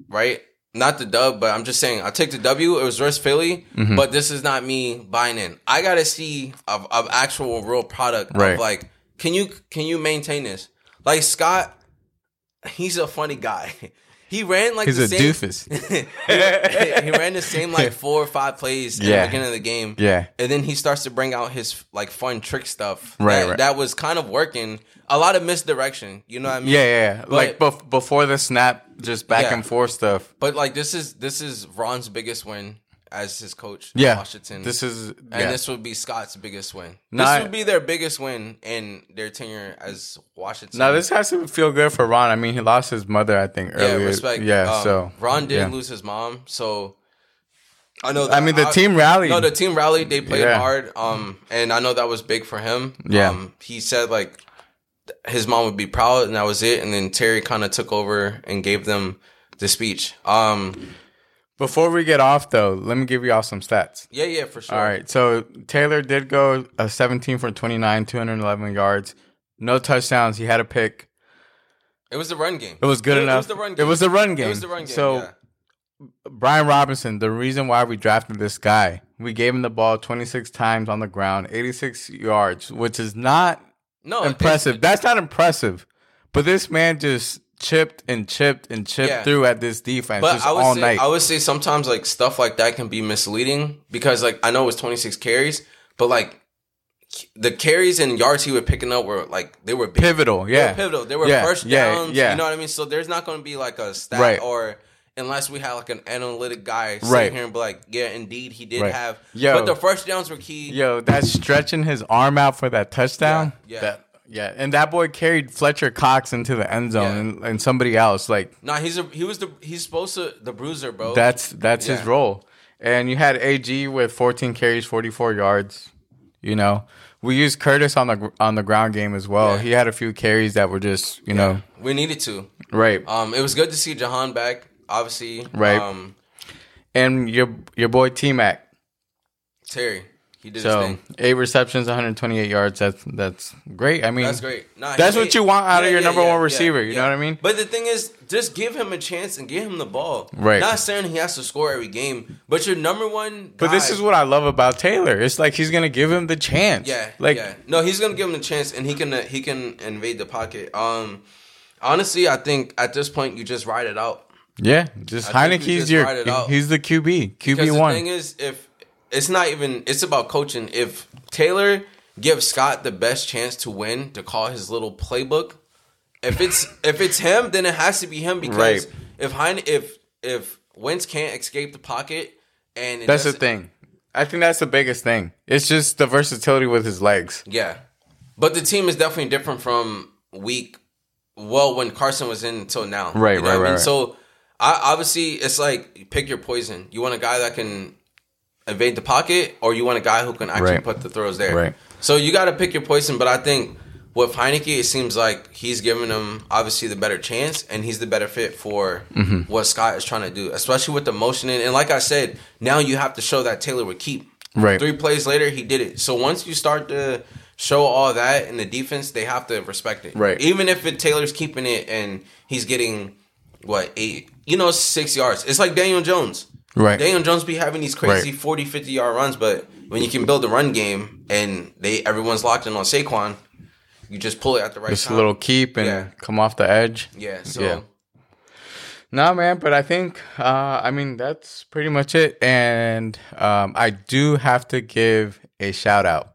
[SPEAKER 2] Right? Not the dub, but I'm just saying I take the W. It was versus Philly,
[SPEAKER 1] Mm-hmm.
[SPEAKER 2] but this is not me buying in. I gotta see of, of actual real product. Of
[SPEAKER 1] Right.
[SPEAKER 2] like, can you can you maintain this? Like Scott, he's a funny guy. <laughs> He ran like
[SPEAKER 1] He's
[SPEAKER 2] the
[SPEAKER 1] a
[SPEAKER 2] same,
[SPEAKER 1] doofus.
[SPEAKER 2] <laughs> he ran the
[SPEAKER 1] <laughs>
[SPEAKER 2] same like four or five plays in
[SPEAKER 1] Yeah.
[SPEAKER 2] the beginning of the game.
[SPEAKER 1] Yeah.
[SPEAKER 2] And then he starts to bring out his like fun trick stuff.
[SPEAKER 1] Right,
[SPEAKER 2] That,
[SPEAKER 1] right.
[SPEAKER 2] that was kind of working. A lot of misdirection. You know what I mean?
[SPEAKER 1] <laughs> Yeah, yeah. yeah. like
[SPEAKER 2] But-
[SPEAKER 1] bef- before the snap, just back
[SPEAKER 2] Yeah.
[SPEAKER 1] and forth stuff.
[SPEAKER 2] But like this is this is Ron's biggest win as his coach in
[SPEAKER 1] Yeah,
[SPEAKER 2] Washington.
[SPEAKER 1] This is
[SPEAKER 2] and
[SPEAKER 1] yeah.
[SPEAKER 2] this would be Scott's biggest win.
[SPEAKER 1] Nah.
[SPEAKER 2] this would be their biggest win in their tenure as Washington.
[SPEAKER 1] now this has to feel good for Ron. I mean, he lost his mother, I think,
[SPEAKER 2] yeah,
[SPEAKER 1] earlier.
[SPEAKER 2] respect.
[SPEAKER 1] Yeah,
[SPEAKER 2] Um,
[SPEAKER 1] so
[SPEAKER 2] Ron didn't
[SPEAKER 1] yeah.
[SPEAKER 2] lose his mom, so I know.
[SPEAKER 1] I mean, the team rallied.
[SPEAKER 2] No, the team rallied. They played
[SPEAKER 1] Yeah.
[SPEAKER 2] hard. Um, and I know that was big for him.
[SPEAKER 1] Yeah.
[SPEAKER 2] Um, he said like th- his mom would be proud, and that was it. And then Terry kind of took over and gave them the speech. Um,
[SPEAKER 1] Before we get off though, let me give you all some stats.
[SPEAKER 2] yeah, yeah, for sure.
[SPEAKER 1] All right. So Taylor did go uh, 17 for 29, 211 yards, no touchdowns. He had a pick.
[SPEAKER 2] It was the run game.
[SPEAKER 1] It was good
[SPEAKER 2] It- it
[SPEAKER 1] enough.
[SPEAKER 2] was the run
[SPEAKER 1] It was the run game.
[SPEAKER 2] It was the run game.
[SPEAKER 1] So
[SPEAKER 2] yeah.
[SPEAKER 1] Brian Robinson, the reason why we drafted this guy, we gave him the ball 26 times on the ground, 86 yards, which is not
[SPEAKER 2] no
[SPEAKER 1] impressive. That's not impressive. But this man just chipped and chipped and chipped
[SPEAKER 2] Yeah.
[SPEAKER 1] through at this defense
[SPEAKER 2] But
[SPEAKER 1] just
[SPEAKER 2] I would
[SPEAKER 1] all
[SPEAKER 2] say
[SPEAKER 1] night.
[SPEAKER 2] I would say sometimes like stuff like that can be misleading because like I know it was 26 carries, but like the carries and yards he was picking up were like they were big.
[SPEAKER 1] Pivotal.
[SPEAKER 2] They were
[SPEAKER 1] Yeah.
[SPEAKER 2] pivotal. They were
[SPEAKER 1] Yeah,
[SPEAKER 2] first
[SPEAKER 1] yeah,
[SPEAKER 2] downs.
[SPEAKER 1] yeah.
[SPEAKER 2] You know what I mean? So there's not going to be like a stat
[SPEAKER 1] Right.
[SPEAKER 2] or unless we had like an analytic guy sitting
[SPEAKER 1] Right.
[SPEAKER 2] here and be like, yeah, indeed he did
[SPEAKER 1] Right.
[SPEAKER 2] have.
[SPEAKER 1] Yo.
[SPEAKER 2] But the first downs were key.
[SPEAKER 1] Yo, that stretching his arm out for that touchdown.
[SPEAKER 2] Yeah, yeah.
[SPEAKER 1] That, yeah. And that boy carried Fletcher Cox into the end zone
[SPEAKER 2] Yeah.
[SPEAKER 1] and, and somebody else. Like
[SPEAKER 2] Nah, he's a he was the he's supposed to the bruiser, bro.
[SPEAKER 1] that's that's his
[SPEAKER 2] Yeah.
[SPEAKER 1] role. And you had AG with 14 carries, 44 yards. You know, we used Curtis on the gr- on the ground game as well.
[SPEAKER 2] Yeah.
[SPEAKER 1] He had a few carries that were just you know Uh,
[SPEAKER 2] we needed to.
[SPEAKER 1] right.
[SPEAKER 2] Um, it was good to see Jahan back, obviously.
[SPEAKER 1] Right.
[SPEAKER 2] Um,
[SPEAKER 1] And your your boy T Mac.
[SPEAKER 2] Terry, he did his
[SPEAKER 1] So
[SPEAKER 2] thing.
[SPEAKER 1] eight receptions, 128 yards. That's that's great. I mean,
[SPEAKER 2] That's great. Nah, he
[SPEAKER 1] That's
[SPEAKER 2] made-
[SPEAKER 1] what you want out of
[SPEAKER 2] Yeah,
[SPEAKER 1] your
[SPEAKER 2] yeah,
[SPEAKER 1] number
[SPEAKER 2] yeah,
[SPEAKER 1] one
[SPEAKER 2] yeah,
[SPEAKER 1] receiver. you
[SPEAKER 2] yeah.
[SPEAKER 1] know what I mean?
[SPEAKER 2] But the thing is, just give him a chance and give him the ball.
[SPEAKER 1] Right.
[SPEAKER 2] Not saying he has to score every game, but your number one.
[SPEAKER 1] But this
[SPEAKER 2] guy-
[SPEAKER 1] is what I love about Taylor. It's like he's gonna give him the chance.
[SPEAKER 2] Yeah.
[SPEAKER 1] Like
[SPEAKER 2] yeah. no, he's gonna give him a chance, and he can uh, he can invade the pocket. Um, honestly, I think at this point you just ride it out.
[SPEAKER 1] yeah, just
[SPEAKER 2] I think we
[SPEAKER 1] Heineke's
[SPEAKER 2] just
[SPEAKER 1] your
[SPEAKER 2] ride it out.
[SPEAKER 1] he's the QB. QB
[SPEAKER 2] Because the thing
[SPEAKER 1] one.
[SPEAKER 2] is, if it's not even, it's about coaching. If Taylor gives Scott the best chance to win, to call his little playbook, if
[SPEAKER 1] <laughs>
[SPEAKER 2] it's if it's him, then it has to be him because
[SPEAKER 1] Right.
[SPEAKER 2] if Hein, if if Wentz can't escape the pocket, and it
[SPEAKER 1] That's the
[SPEAKER 2] doesn't-
[SPEAKER 1] thing. I think that's the biggest thing. It's just the versatility with his legs.
[SPEAKER 2] yeah. But the team is definitely different from week. Well, when Carson was in until now,
[SPEAKER 1] Right,
[SPEAKER 2] You
[SPEAKER 1] right,
[SPEAKER 2] know what I
[SPEAKER 1] right,
[SPEAKER 2] mean?
[SPEAKER 1] right.
[SPEAKER 2] So, I obviously it's like you pick your poison. You want a guy that can evade the pocket, or you want a guy who can actually
[SPEAKER 1] Right.
[SPEAKER 2] put the throws there.
[SPEAKER 1] Right.
[SPEAKER 2] So you got to pick your poison. But I think with Heineke, it seems like he's giving him obviously the better chance, and he's the better fit for
[SPEAKER 1] Mm-hmm.
[SPEAKER 2] what Scott is trying to do, especially with the motion. And, and like I said, now you have to show that Taylor would keep.
[SPEAKER 1] Right.
[SPEAKER 2] Three plays later, he did it. So once you start to show all that in the defense, they have to respect it.
[SPEAKER 1] Right.
[SPEAKER 2] Even if it, Taylor's keeping it and he's getting what eight, you know, six yards. It's like Daniel Jones.
[SPEAKER 1] Right.
[SPEAKER 2] Daniel Jones be having these crazy
[SPEAKER 1] Right.
[SPEAKER 2] 40, 50 yard runs, but when you can build a run game and they everyone's locked in on Saquon, you just pull it at the right
[SPEAKER 1] Just a
[SPEAKER 2] time.
[SPEAKER 1] little keep and
[SPEAKER 2] Yeah.
[SPEAKER 1] come off the edge.
[SPEAKER 2] yeah. So
[SPEAKER 1] Yeah. Nah, man, but I think, uh, I mean, that's pretty much it. And um, I do have to give a shout out,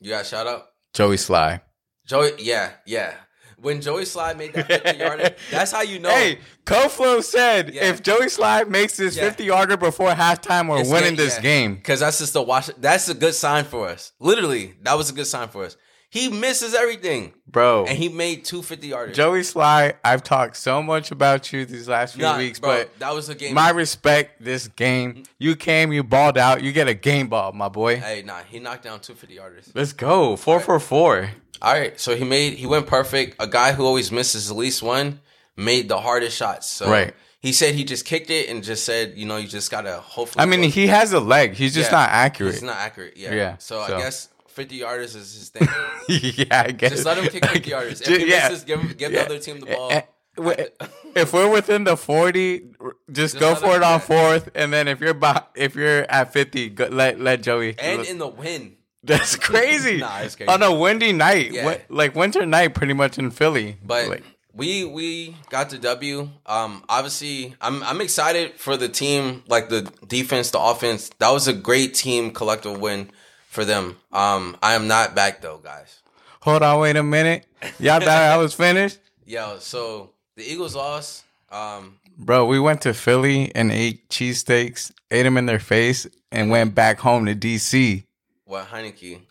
[SPEAKER 2] you got shout out.
[SPEAKER 1] Joey Sly.
[SPEAKER 2] Joey yeah, yeah. When Joey Slide made that 50 yarder,
[SPEAKER 1] <laughs>
[SPEAKER 2] that's how you know
[SPEAKER 1] Hey, Koflo said
[SPEAKER 2] Oh. Yeah.
[SPEAKER 1] if Joey Sly makes this
[SPEAKER 2] Yeah.
[SPEAKER 1] 50 yarder before halftime, we're
[SPEAKER 2] It's
[SPEAKER 1] winning
[SPEAKER 2] good,
[SPEAKER 1] this
[SPEAKER 2] yeah.
[SPEAKER 1] game.
[SPEAKER 2] Cause that's just the wash. That's a good sign for us. Literally, that was a good sign for us. He misses everything,
[SPEAKER 1] Bro,
[SPEAKER 2] and he made two fifty yarders.
[SPEAKER 1] Joey Sly, I've talked so much about you these last few
[SPEAKER 2] Nah,
[SPEAKER 1] weeks,
[SPEAKER 2] bro,
[SPEAKER 1] but
[SPEAKER 2] that was a game.
[SPEAKER 1] my respect this game. You came, you balled out, you get a game ball, my boy.
[SPEAKER 2] hey, nah, he knocked down two fifty yarders.
[SPEAKER 1] Let's go. Four for four.
[SPEAKER 2] All right, so he made he went perfect. A guy who always misses at least one made the hardest shots. So
[SPEAKER 1] Right.
[SPEAKER 2] he said he just kicked it and just said, you know, you just gotta hopefully.
[SPEAKER 1] I mean, he has a leg. He's just
[SPEAKER 2] Yeah.
[SPEAKER 1] not accurate.
[SPEAKER 2] It's not accurate. Yeah.
[SPEAKER 1] Yeah,
[SPEAKER 2] So,
[SPEAKER 1] so.
[SPEAKER 2] I guess fifty yarders is his thing.
[SPEAKER 1] <laughs> yeah, I guess.
[SPEAKER 2] just let him kick
[SPEAKER 1] <laughs>
[SPEAKER 2] fifty yarders. If he misses, give him, give
[SPEAKER 1] Yeah.
[SPEAKER 2] the other team the ball.
[SPEAKER 1] Eh, <laughs> eh, If we're within the forty, just, go
[SPEAKER 2] let
[SPEAKER 1] for
[SPEAKER 2] him-
[SPEAKER 1] it on
[SPEAKER 2] yeah.
[SPEAKER 1] fourth, and then if you're by, if you're at fifty, go, let let Joey.
[SPEAKER 2] and in the win.
[SPEAKER 1] <laughs> that's crazy.
[SPEAKER 2] <laughs> Nah, it's crazy.
[SPEAKER 1] On a windy night,
[SPEAKER 2] Yeah.
[SPEAKER 1] win- like winter night, pretty much in Philly.
[SPEAKER 2] But
[SPEAKER 1] Like,
[SPEAKER 2] we we got the W. Um, obviously, I'm I'm excited for the team, like the defense, the offense. That was a great team collective win for them. Um, I am not back though, guys.
[SPEAKER 1] hold on, wait a minute. Y'all thought I was
[SPEAKER 2] <laughs>
[SPEAKER 1] finished,
[SPEAKER 2] Yo, so the Eagles lost. Um,
[SPEAKER 1] bro. We went to Philly and ate cheesesteaks, ate them in their face, and went back home to DC.
[SPEAKER 2] what Heineke?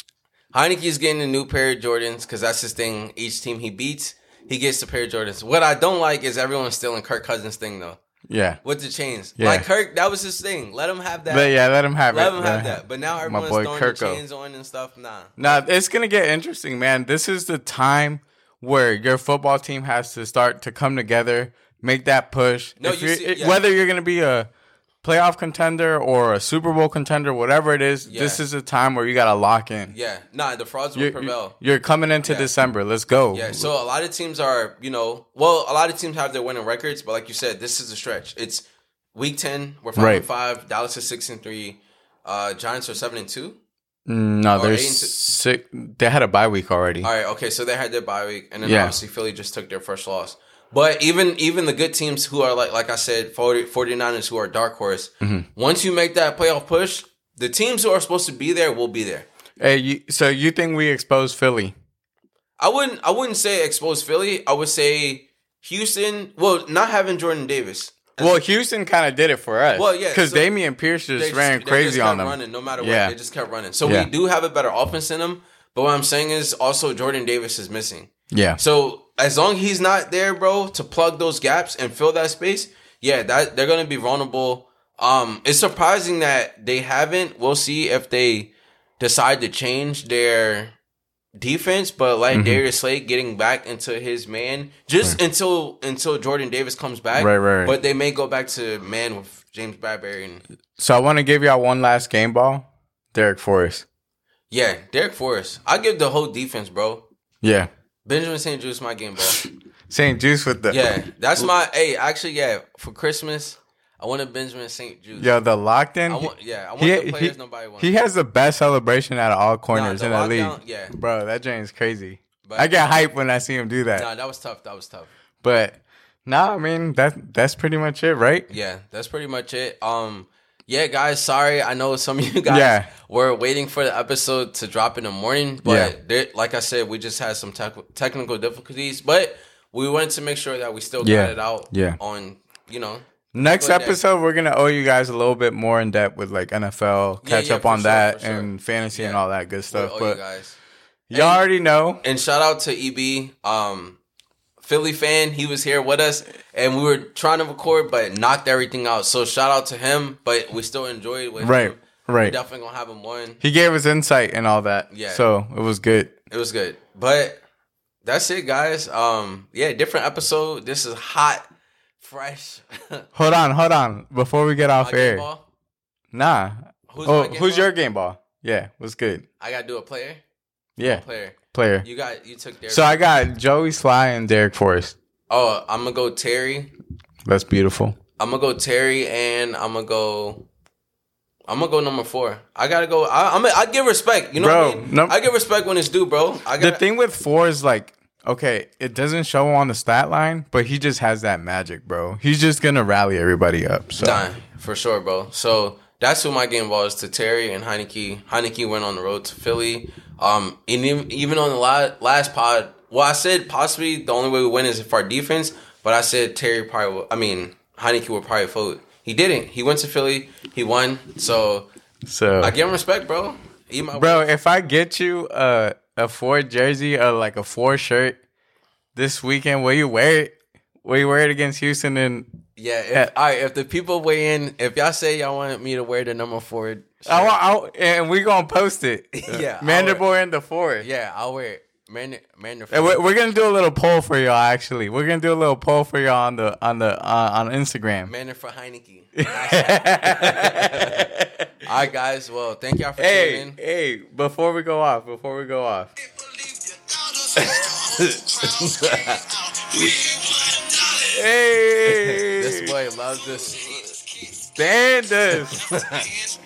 [SPEAKER 2] Heineke is getting a new pair of Jordans because that's his thing. Each team he beats, he gets a pair of Jordans. What I don't like is everyone's stealing Kirk Cousins' thing though.
[SPEAKER 1] Yeah,
[SPEAKER 2] With the chains,
[SPEAKER 1] Yeah.
[SPEAKER 2] like Kirk, that was his thing. Let him have that.
[SPEAKER 1] but yeah, let him have
[SPEAKER 2] Let
[SPEAKER 1] it.
[SPEAKER 2] him
[SPEAKER 1] let
[SPEAKER 2] have
[SPEAKER 1] him-
[SPEAKER 2] that. But now everyone's
[SPEAKER 1] boy
[SPEAKER 2] throwing the
[SPEAKER 1] Kirko.
[SPEAKER 2] chains on and stuff. Nah.
[SPEAKER 1] Now it's gonna get interesting, man. This is the time where your football team has to start to come together, make that push.
[SPEAKER 2] No,
[SPEAKER 1] If
[SPEAKER 2] you
[SPEAKER 1] you're-
[SPEAKER 2] see- yeah.
[SPEAKER 1] whether you're gonna be a playoff contender or a Super Bowl contender, whatever it is, this
[SPEAKER 2] Yeah.
[SPEAKER 1] is a time where you gotta lock in.
[SPEAKER 2] Yeah. Nah, the frauds will
[SPEAKER 1] You're,
[SPEAKER 2] prevail.
[SPEAKER 1] you're coming into
[SPEAKER 2] Yeah.
[SPEAKER 1] December. Let's go.
[SPEAKER 2] yeah. So a lot of teams are, you know, well, a lot of teams have their winning records, but like you said, this is a stretch. It's week ten, we're five
[SPEAKER 1] Right.
[SPEAKER 2] and five, Dallas is six and three, uh, Giants are seven and two.
[SPEAKER 1] no,
[SPEAKER 2] Or
[SPEAKER 1] there's
[SPEAKER 2] eight and two-
[SPEAKER 1] six. They had a bye week already.
[SPEAKER 2] All right, okay, so they had their bye week, and then
[SPEAKER 1] Yeah.
[SPEAKER 2] obviously Philly just took their first loss. But even even the good teams who are like like I said, 40, 49ers who are dark horse,
[SPEAKER 1] Mm-hmm.
[SPEAKER 2] once you make that playoff push, the teams who are supposed to be there will be there.
[SPEAKER 1] Hey, you, so you think we exposed Philly?
[SPEAKER 2] I wouldn't I wouldn't say expose Philly. I would say Houston. Well, not having Jordan Davis.
[SPEAKER 1] Well, Houston kind of did it for us.
[SPEAKER 2] Well, yeah,
[SPEAKER 1] because
[SPEAKER 2] so
[SPEAKER 1] Damian Pierce just, ran crazy
[SPEAKER 2] kept
[SPEAKER 1] on them.
[SPEAKER 2] Running, no matter what,
[SPEAKER 1] Yeah.
[SPEAKER 2] they just kept running. So
[SPEAKER 1] Yeah.
[SPEAKER 2] we do have a better offense in them. But what I'm saying is also Jordan Davis is missing.
[SPEAKER 1] Yeah,
[SPEAKER 2] So as long he's not there, bro, to plug those gaps and fill that space, yeah, that they're gonna be vulnerable. Um, it's surprising that they haven't. We'll see if they decide to change their defense, but like
[SPEAKER 1] Mm-hmm.
[SPEAKER 2] Darius Slade getting back into his man just until until Jordan Davis comes back.
[SPEAKER 1] Right, right, right.
[SPEAKER 2] But they may go back to man with James Bradbury and
[SPEAKER 1] So I want to give y'all one last game ball. Derek Forrest.
[SPEAKER 2] yeah, Derek Forrest. I give the whole defense, bro.
[SPEAKER 1] Yeah.
[SPEAKER 2] Benjamin St. Juice my game ball.
[SPEAKER 1] St. Juice with the
[SPEAKER 2] Yeah, that's my. Hey, actually, yeah. For Christmas, I want a Benjamin St. Jude.
[SPEAKER 1] Yo, the locked in.
[SPEAKER 2] I want. Yeah, I want
[SPEAKER 1] he,
[SPEAKER 2] the
[SPEAKER 1] he,
[SPEAKER 2] players nobody wants.
[SPEAKER 1] he has the best celebration out of all
[SPEAKER 2] Nah,
[SPEAKER 1] corners
[SPEAKER 2] the
[SPEAKER 1] in the
[SPEAKER 2] lockdown-
[SPEAKER 1] league.
[SPEAKER 2] Yeah,
[SPEAKER 1] Bro, that Jane's crazy.
[SPEAKER 2] But-
[SPEAKER 1] I get hype when I see him do that.
[SPEAKER 2] nah, that was tough. That was tough.
[SPEAKER 1] But nah, I mean that that's pretty much it, right?
[SPEAKER 2] Yeah, that's pretty much it. Um, yeah, guys. Sorry, I know some of you <laughs> guys
[SPEAKER 1] Yeah.
[SPEAKER 2] were waiting for the episode to drop in the morning,
[SPEAKER 1] Yeah.
[SPEAKER 2] but there like I said, we just had some tech- technical difficulties, but we wanted to make sure that we still got
[SPEAKER 1] Yeah.
[SPEAKER 2] it out.
[SPEAKER 1] Yeah.
[SPEAKER 2] on you know.
[SPEAKER 1] Next
[SPEAKER 2] Good day.
[SPEAKER 1] episode, we're gonna owe you guys a little bit more in depth with like NFL,
[SPEAKER 2] Yeah,
[SPEAKER 1] catch
[SPEAKER 2] yeah,
[SPEAKER 1] up
[SPEAKER 2] for
[SPEAKER 1] on
[SPEAKER 2] sure,
[SPEAKER 1] that
[SPEAKER 2] for sure.
[SPEAKER 1] and fantasy and
[SPEAKER 2] Yeah.
[SPEAKER 1] all that good stuff.
[SPEAKER 2] oh, you
[SPEAKER 1] but
[SPEAKER 2] guys.
[SPEAKER 1] Y'all already know.
[SPEAKER 2] And shout out to EB, um, Philly fan. He was here with us, and we were trying to record, but knocked everything out. So shout out to him. But we still enjoyed with
[SPEAKER 1] Right,
[SPEAKER 2] him. We're
[SPEAKER 1] right.
[SPEAKER 2] definitely gonna have him on.
[SPEAKER 1] He gave us insight and all that.
[SPEAKER 2] Yeah.
[SPEAKER 1] So it was good.
[SPEAKER 2] It was good, but that's it, guys. Um, yeah, different episode. This is hot, fresh. <laughs>
[SPEAKER 1] Hold on, hold on. Before we get
[SPEAKER 2] My
[SPEAKER 1] off
[SPEAKER 2] game
[SPEAKER 1] air.
[SPEAKER 2] ball.
[SPEAKER 1] Nah.
[SPEAKER 2] Who's
[SPEAKER 1] oh,
[SPEAKER 2] my game
[SPEAKER 1] who's
[SPEAKER 2] ball?
[SPEAKER 1] your game ball? Yeah, was good.
[SPEAKER 2] I gotta do a player.
[SPEAKER 1] Yeah,
[SPEAKER 2] Player.
[SPEAKER 1] player.
[SPEAKER 2] You got. You took Derek.
[SPEAKER 1] So I got Joey Sly and Derek Forrest.
[SPEAKER 2] oh, I'm gonna go Terry.
[SPEAKER 1] That's beautiful.
[SPEAKER 2] I'm gonna go Terry, and I'm gonna go. I'm gonna go number four. I gotta go. I, I'm. Gonna, I give respect. You know
[SPEAKER 1] Bro,
[SPEAKER 2] what I mean?
[SPEAKER 1] num-
[SPEAKER 2] I give respect when it's due, bro. I
[SPEAKER 1] The
[SPEAKER 2] got.
[SPEAKER 1] thing with four is like, okay, it doesn't show on the stat line, but he just has that magic, bro. He's just gonna rally everybody up. So
[SPEAKER 2] Nah, for sure, bro. So that's who my game was to Terry and Heineke. Heineke went on the road to Philly. Um, and even even on the la- last pod, well, I said possibly the only way we win is if our defense. But I said Terry probably. Will, I mean Heineke would probably fold. He didn't. He went to Philly. He won. So
[SPEAKER 1] so
[SPEAKER 2] I give him respect, bro. He my
[SPEAKER 1] bro, if I get you a a four jersey or like a four shirt this weekend, will you wear it? Will you wear it against Houston? And
[SPEAKER 2] Yeah, if,
[SPEAKER 1] Yeah.
[SPEAKER 2] all right. If the people weigh in, if y'all say y'all want me to wear the number four, shirt,
[SPEAKER 1] I want, I, and we gonna post it.
[SPEAKER 2] <laughs> Yeah, I'll wear it.
[SPEAKER 1] Mandible in the four.
[SPEAKER 2] yeah, I'll wear it. Man, man, the
[SPEAKER 1] And we're, we're gonna do a little poll for y'all. Actually, we're gonna do a little poll for y'all on the on the uh, on Instagram.
[SPEAKER 2] man
[SPEAKER 1] <laughs>
[SPEAKER 2] for Heineke. all right, guys. Well, thank y'all for
[SPEAKER 1] hey,
[SPEAKER 2] tuning. in.
[SPEAKER 1] hey! Before we go off, before we go
[SPEAKER 2] <laughs>
[SPEAKER 1] off, hey,
[SPEAKER 2] This boy loves this.
[SPEAKER 1] Banders,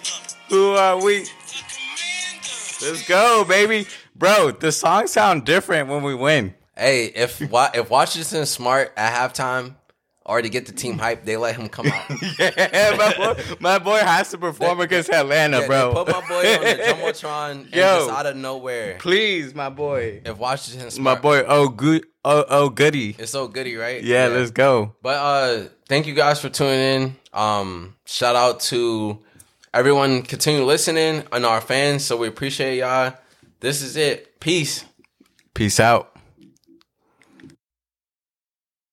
[SPEAKER 1] who are we? Let's go, baby, bro. The songs sound different when we win. <laughs>
[SPEAKER 2] Hey, if Wa- if Washington's smart at halftime or to get the team hype, they let him come out.
[SPEAKER 1] <laughs> Yeah, my boy, my boy has to perform against Atlanta,
[SPEAKER 2] Yeah,
[SPEAKER 1] bro.
[SPEAKER 2] they put my
[SPEAKER 1] <laughs>
[SPEAKER 2] boy on the jumbotron and
[SPEAKER 1] Yo.
[SPEAKER 2] just out of nowhere.
[SPEAKER 1] Please, my boy,
[SPEAKER 2] If Washington's
[SPEAKER 1] my
[SPEAKER 2] smart,
[SPEAKER 1] boy. Oh, good. Oh, oh, goody.
[SPEAKER 2] it's so goody, right?
[SPEAKER 1] Yeah, let's go.
[SPEAKER 2] But uh thank you guys for tuning in. Um shout out to everyone continue listening and our fans. So we appreciate y'all. This is it. Peace.
[SPEAKER 1] Peace out.